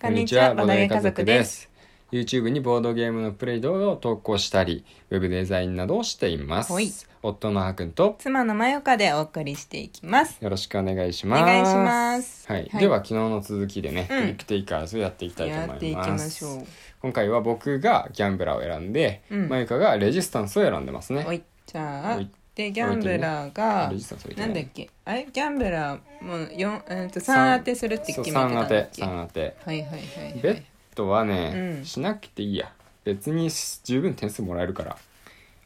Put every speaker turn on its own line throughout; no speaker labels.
こんにちは、ボ
ボ
ードゲーム家族で。す。
YouTube にボードゲームのプレイ動画を投稿したり、ウェブデザインなどをしています
はい。
夫のあーくんと
妻のまよかでお送りしていきます。
よろしくお願いし
お
ます。
願いします。
はい、では昨日の続きでね、
うん
トリックテイカーズをやっていきたいと思い
や
ま
っ
す。
ていきましょう。
今回は僕がギャンブラーを選んで、
うん
マユカがレジスタンスを選んでますね。
おい、じゃあ
おい、
で、ギャンブラーが
レ、ジスタンスを
なんだっけ、あれ、ギャンブラー、もう、四、えっと、
三
三当てするって決めてたん
3
だっ
当
てけ。はい
3当て
はいはい
ベ
は
ッ
い。
ドはね、
うん
しなくていいや別に十分点数もらえるから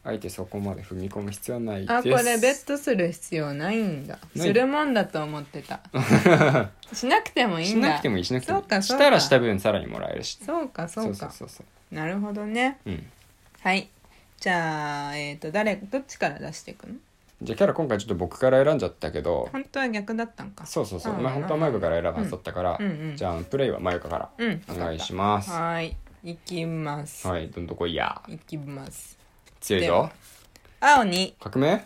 あえてそこまで踏み込む必要はないです
あ、これベッドする必要ないんだ。
ない
するもんだと思って た。しなくてもいい
し
んだ。
なくてもいいしなくてもいい
そうかそうか
したらした分さらにもらえるし
そうかそう
そう
か。
そうそう
なるほどね。
そううん
はい。じゃあ、えっと、誰、どっちから出していくの
じゃあキャラ今回ちょっと僕から選んじゃったけど
本当は逆だったんか。
そうそうそう
うん
まあ本当はマユカから選ぶはずだったから、
うんうん
じゃあプレイはマユカから
うん。
お願いし
ま
ます
はーい。行きます。
はいどんどこいや
行きます。
強い
で
ぞ
は青に、
革命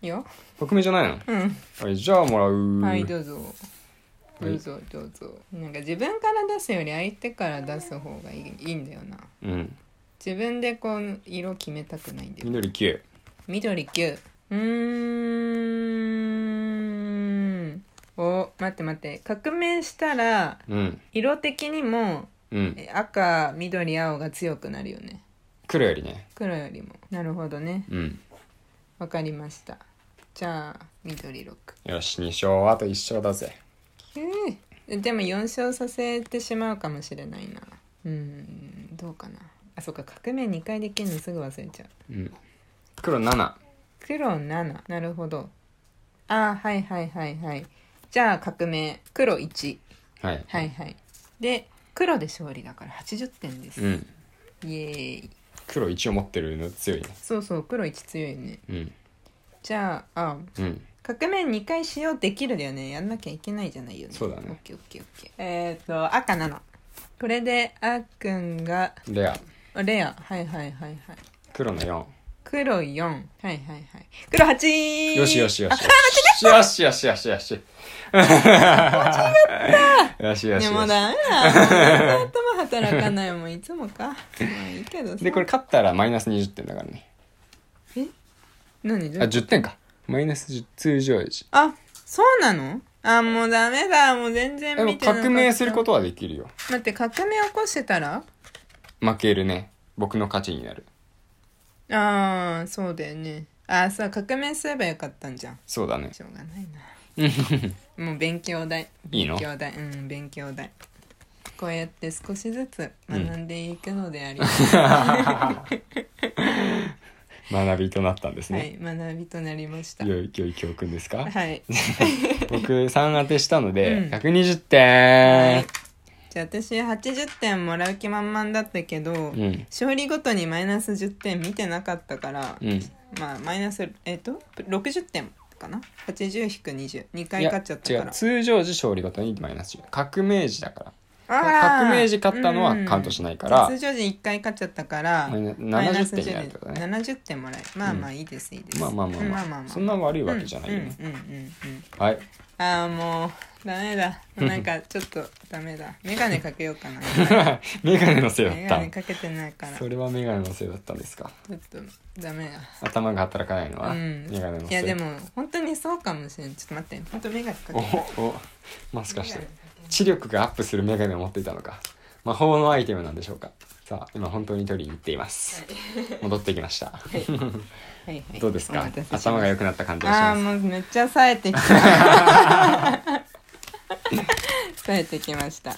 よ。
革命じゃないの、
うん。
はい、じゃあもらう
はい、どうぞ。
は
ど
い
うぞ、どうぞ。なんか自分から出すより相手から出す方がいいいいんだよな。
うん
自分でこう、色決めたくないんだよ。
緑9
緑9。うーん。お、待って待って。革命したら、
うん
色的にも
うん
え赤、緑、青が強くなるよね。
黒よりね
黒よりも。なるほどね。
うん
わかりました。じゃあ、緑6。
よし2勝あと1勝だぜ
えーでも4勝させてしまうかもしれないな。うーん、どうかな。あ、そっか、革命2回できるのすぐ忘れちゃう。
うん黒7
黒7。なるほど。あー、はいはいはいはい。じゃあ、革命。黒1。
はい
はいはい。で、黒で勝利だから80点です。
うん
イエーイ。
黒1を持ってるの強いね
そうそう、黒1強いね。
うん
じゃあ、青。
うん
革命2回使用できるだよねやんなきゃいけないじゃないよね
そうだね
オッケーオッケーオッケーえっ、と赤なのこれであっくんが
レア
あレアはいはいはいはい
黒の4
黒4はいはいはい黒8
よしよしよしよしよしよしよしよしよしよしよし
ねも
よ
う
し
ダメだもう頭働かないもういつもかまあいいけどさ
でこれ勝ったらマイナス20点だからね
何ど
あ
う
10点かマイナス10通常時
あそうなのあもうダメだもう全然
でも
見てなかった
革命することはできるよ
待って革命起こしてたら
負けるね僕の勝ちになる
ああそうだよねああそう革命すればよかったんじゃん
そうだね
しょうがないなもう勉強代
いいの
勉強代うん勉強代こうやって少しずつ学んでいくのであります、
学びとなったん です
は
ね
い学びとなりました
良い 良い教訓ですか
はい、
僕3当てしたの
うん
で120
はい
点、
じゃあ私80点もらう気満々だったけど、
うん
勝利ごとにマイナス10点見てなかったから、
うん
まあマイナスえっ、と60点かな80引く202回勝っちゃった
いや
か
違う
ら
通常時勝利ごとにマイナス10革命時だから
あー
革命時勝ったのはカウントしないか
う
ら
ん通常時1回勝っちゃったから
マイナ70
マイナス
点になるってことね
70点もらえるまあまあいいですいいです、
まあまあまあ
うん
まあ,、そんな悪いわけじゃないよね、
うんうんうんうん
はい
う んああもうダメだなんかちょっとダメだ眼鏡かけよう かな
メガネのせいだ
眼鏡
っ
かけてないか
た
らちょ
それはメガネのせいだったんですか
っとダメ
頭が働かないの
だ
は、
うん
メガネのせい
いやでも本当にそうかもしれんちょっと待って本当眼鏡かけて
おおもしかして知力がアップするメガネを持っていたのか魔法のアイテムなんでしょうかさあ今本当に取りに行っています戻ってきました、
はいはい
どうです
お
か
待たせしました
頭が良くなった感じがし
ああ
ます
もうめっちゃ冴えてきた 冴えてきました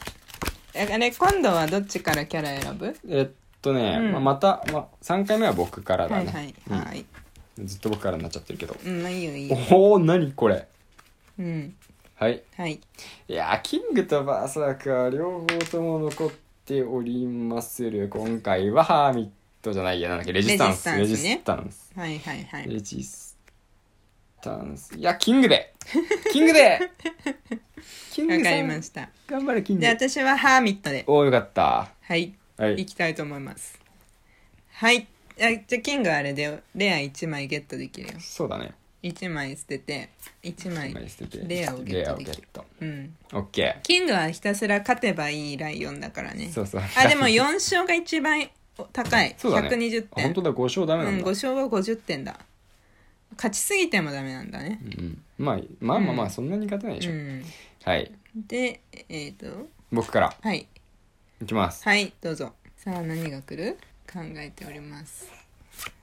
えあれ今度はどっちからキャラ選ぶ
えっとね、
うん
まあ、また、まあ、3回目は僕からだ
はい
ね、
はい
うん
はい
ずっと僕からになっちゃってるけど
うんまあいいよいいよ
おお何これ
うん
はい
はい
いやーキングとバーサーカー両方とも残っておりまする今回はハーミットじゃないやなんだっけレジスタンス
レ
レ
ジ
ジ
ス
スタンス
はいはいはい
レジスタンスいやキングでキングでキン グ
わ
さ
か
ん
りました
頑張れキング
で私はハーミットで
おおよかった
はい
は
行
い
きたいと思いますはいあじゃあキングあれでレア1枚ゲットできるよ
そうだね
1枚捨てて1枚
一枚捨てて
レアをゲットできる
レアをゲット
うん
オッケ
キングはひたすら勝てばいいライオンだからね
ーそうそう
あでも4勝が一番高い
そうだね
120
あ
点
本当だ5勝ダメ
う
なんんだ、
5勝は50点だ勝ちすぎてもダメなんだね
うんまあまあまあまあそんなに勝てないでし
う
ょ、
ん
はい
でえっ、と
僕から
はい
いきます
はいどうぞさあ何が来る考えております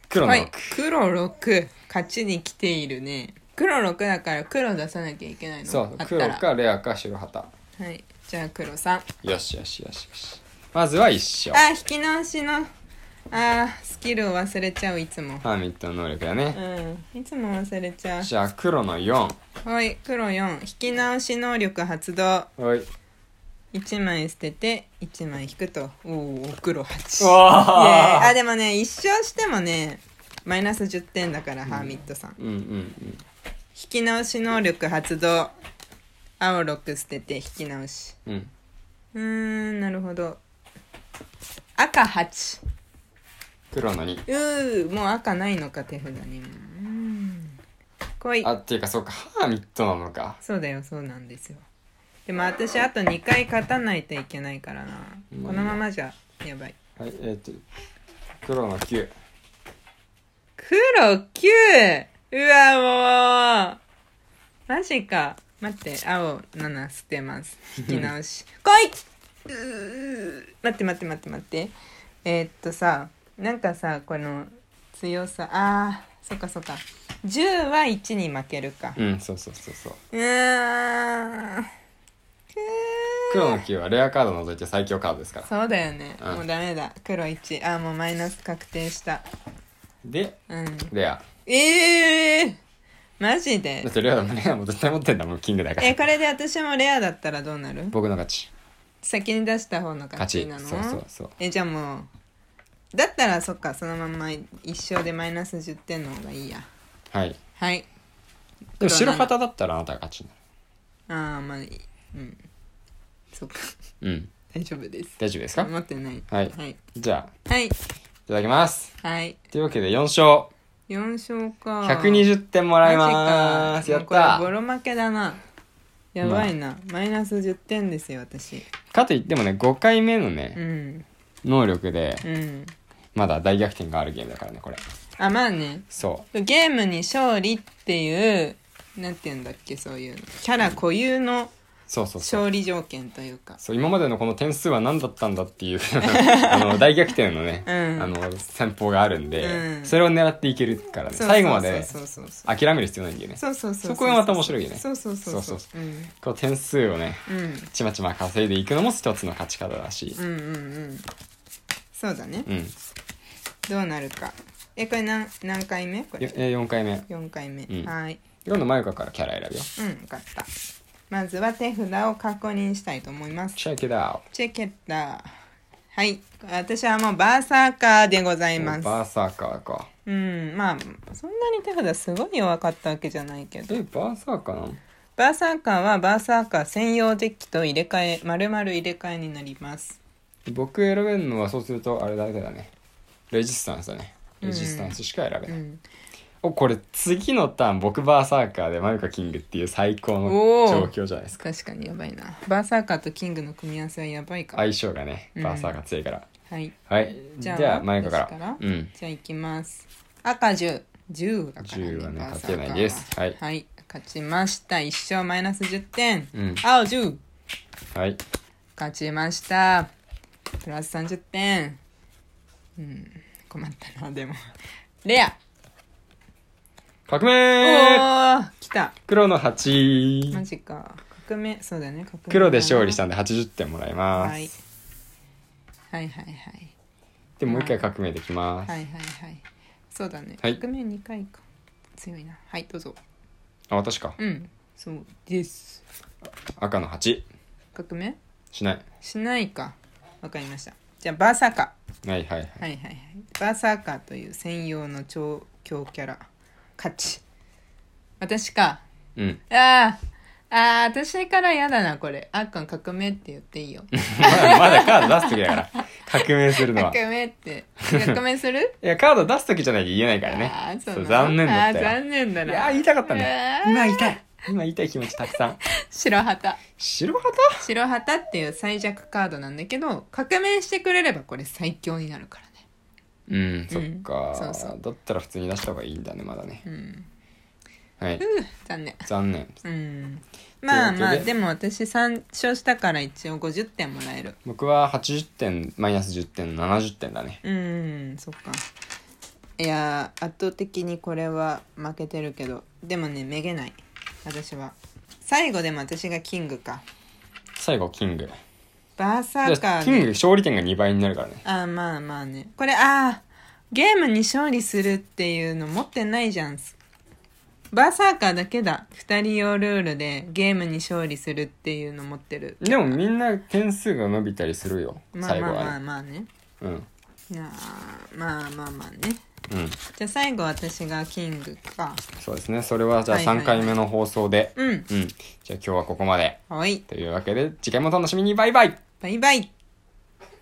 黒の
は
6、
い黒6勝ちに来ているね黒6だから黒出さなきゃいけないの
そう
あった
黒
ら
かレアか白旗
はいじゃあ黒3あ
よしよしよしよしまずは1勝
引き直しのあースキルを忘れちゃういつも
ハーミットの能力だね、
うんいつも忘れちゃう
じゃあ黒の4
はい黒4引き直し能力発動
はい
1枚捨てて1枚引くとおお黒8イエーイ
わ
あでもね一勝してもねマイナス10点だから、ハーミットさん
うんうんうん
引き直し能力発動青6捨てて引き直し
うん
うーんなるほど赤8
黒の2
うーもう赤ないのか手札にもうーん来い
あっていうかそうかハーミットなのか
そうだよそうなんですよでも私あと2回勝たないといけないからな、
うん
このままじゃやばい
はいえっ、と黒の9
黒 9! うわもうマジか待って青7捨てます引き直 し来いうー待って待って待って待ってえーっとさなんかさこの強さあーそっかそっか10は1に負けるか
うんそうそうそうそう
うーん
黒の9はレアカード除いて最強カードですから
そうだよね、
うん
もうダメだ黒1あーもうマイナス確定した
で
うん
レア
ええー、マジで
だ ってレアだもんレアも絶対持ってんだもんキングだから
えこれで私もレアだったらどうなる
僕の勝ち
先に出した方の勝
勝
ち
ち
なの
そうそうそう
えじゃあもうだったらそっかそのまんま一生でマイナス10点の方がいいや
はい
はい
でも白旗だったらあなたが勝ちにな
ああまあいいうんそっか
るうん
大丈夫です
大丈夫ですか
持ってない
はい
はい
じゃあ
はい、
いただきます
はい、
というわけで4勝
4勝か
120点もらいま
マ
ー
ジか
すや
も
っ
うこれ
た
ボロ負けだなやばいな、マイナス10点ですよ私
かといってもね5回目の
う
ね
ん
能力で
うん
まだ大逆転があるゲームだからねこれ
あまあね
そ
ゲームに勝利っていうなんて言うんだっけそういうのキャラ固有の
うそうそうそう
勝利条件というか
そう今までのこの点数は何だったんだって いうあの大逆転のね、
うん
あの戦法があるんで、
うん
それを狙っていけるからね
そうそうそう
最後まで
そうそうそう
諦める必要ないんだよね
そうそうそう
そこがまた面白いよね
そうそうそうそう
そう
うん
こう点数をね
うん
ちまちま稼いでいくのも一つの勝ち方だし
うんうんうんそうだね
うん、
どうなるかえこれ何何回目こ
よ
れ
え4回目
4回目、
うん
はーい
今度マユカからキャラ選ぶよ
うん分かったまずは手札を確認したいと思います
チェックダウ
チェケッタはい私はもうバーサーカーでございます
バーサーカーか
うんまあそんなに手札すごい弱かったわけじゃないけど
えバーサーカーなの
バーサーカーはバーサーカー専用デッキと入れ替え丸々入れ替えになります
僕選べるのはそうするとあれだけだねレジスタンスだね
うん
レジスタンスしか選べ
う
ない、
ん
おこれ次のターン僕バーサーカーでマユカキングっていう最高の
お
状
ー
況じゃないですか
確かにやばいなバーサーカーとキングの組み合わせはやばいか
相性がね
うん
バーサーカー強いから、
はい
はい
じ
じ
ゃ
ゃ
あ
あマユカから
私から
うん
じゃあいきます赤1010だから、
10はね
バーサーカー
勝てないですはい
はい、勝ちました1勝マイナス10点、
うん
青10
はい
勝ちましたプラス30点うん困ったなでも レア
革
お
命
お来た
黒の
マ
8
ジか革命そうだよね革命
黒で勝利したんで80点もらい
は
ます、
い、はいはいはい
でもう一回革命できます、
はいはいはいそうだね、
はい
革命2回か強いなはいどうぞ
あ私か
うんそうです
赤の8
革命
しない
しないかわかりましたじゃあバーサーカ
はいはいはい
ーはいはいはいバーサーカーという専用の超強キャラ勝ち私か
うん
あーあー私から嫌だなこれあっこん革命って言っていいよ
まだまだカード出す時だから革命する のは。
革命って。革命す る
いや、カード出すときじゃないと言えないからね。
あーそうな
そう
の
残念だ
あ
った
ー
よ。
残念だ
い
な。
やー、言いたかったね。
うわー
今言いたい。今言いたい気持ちたくさん。
白旗。
白旗
白旗っていう最弱カードなんだけど、革命してくれればこれ最強になるからね。
うん、そっか、
そうそう
だったら普通に出した方がいいんだね、まだね。
うん。
はい。
ふう残念。
残念。
うん。まあま
というわ
あ、
けで
でも私3勝したから一応50点もらえる。
僕は80点、マイナス10点、70点だね。
うん、そっか。いやー、圧倒的にこれは負けてるけど、でもね、めげない。私は。最後でも私がキングか。
最後、キング。
バーサ
じ
ー
ゃ
カ
あ、
ー
キング
ね。
勝利点が2倍になるからね。
あーまあまあね。これ、あー、ゲームに勝利するっていうの持ってないじゃん。バーサーカーだけだ。二人用ルールでゲームに勝利するっていうの持ってる。
でもみんな点数が伸びたりするよ。
まあ
最
まあ
後
ま
は
あ
ね。
まあね。
うん。
いやーまあまあまあね。
うん。
じゃあ最後私がキングか。
そうですね。それはじゃあ
はいはいは
3
い
回目の放送で。
うん。
うん。じゃあ今日はここまで。
はい。
というわけで、次回もお楽しみに。バイバイ
バイバイ。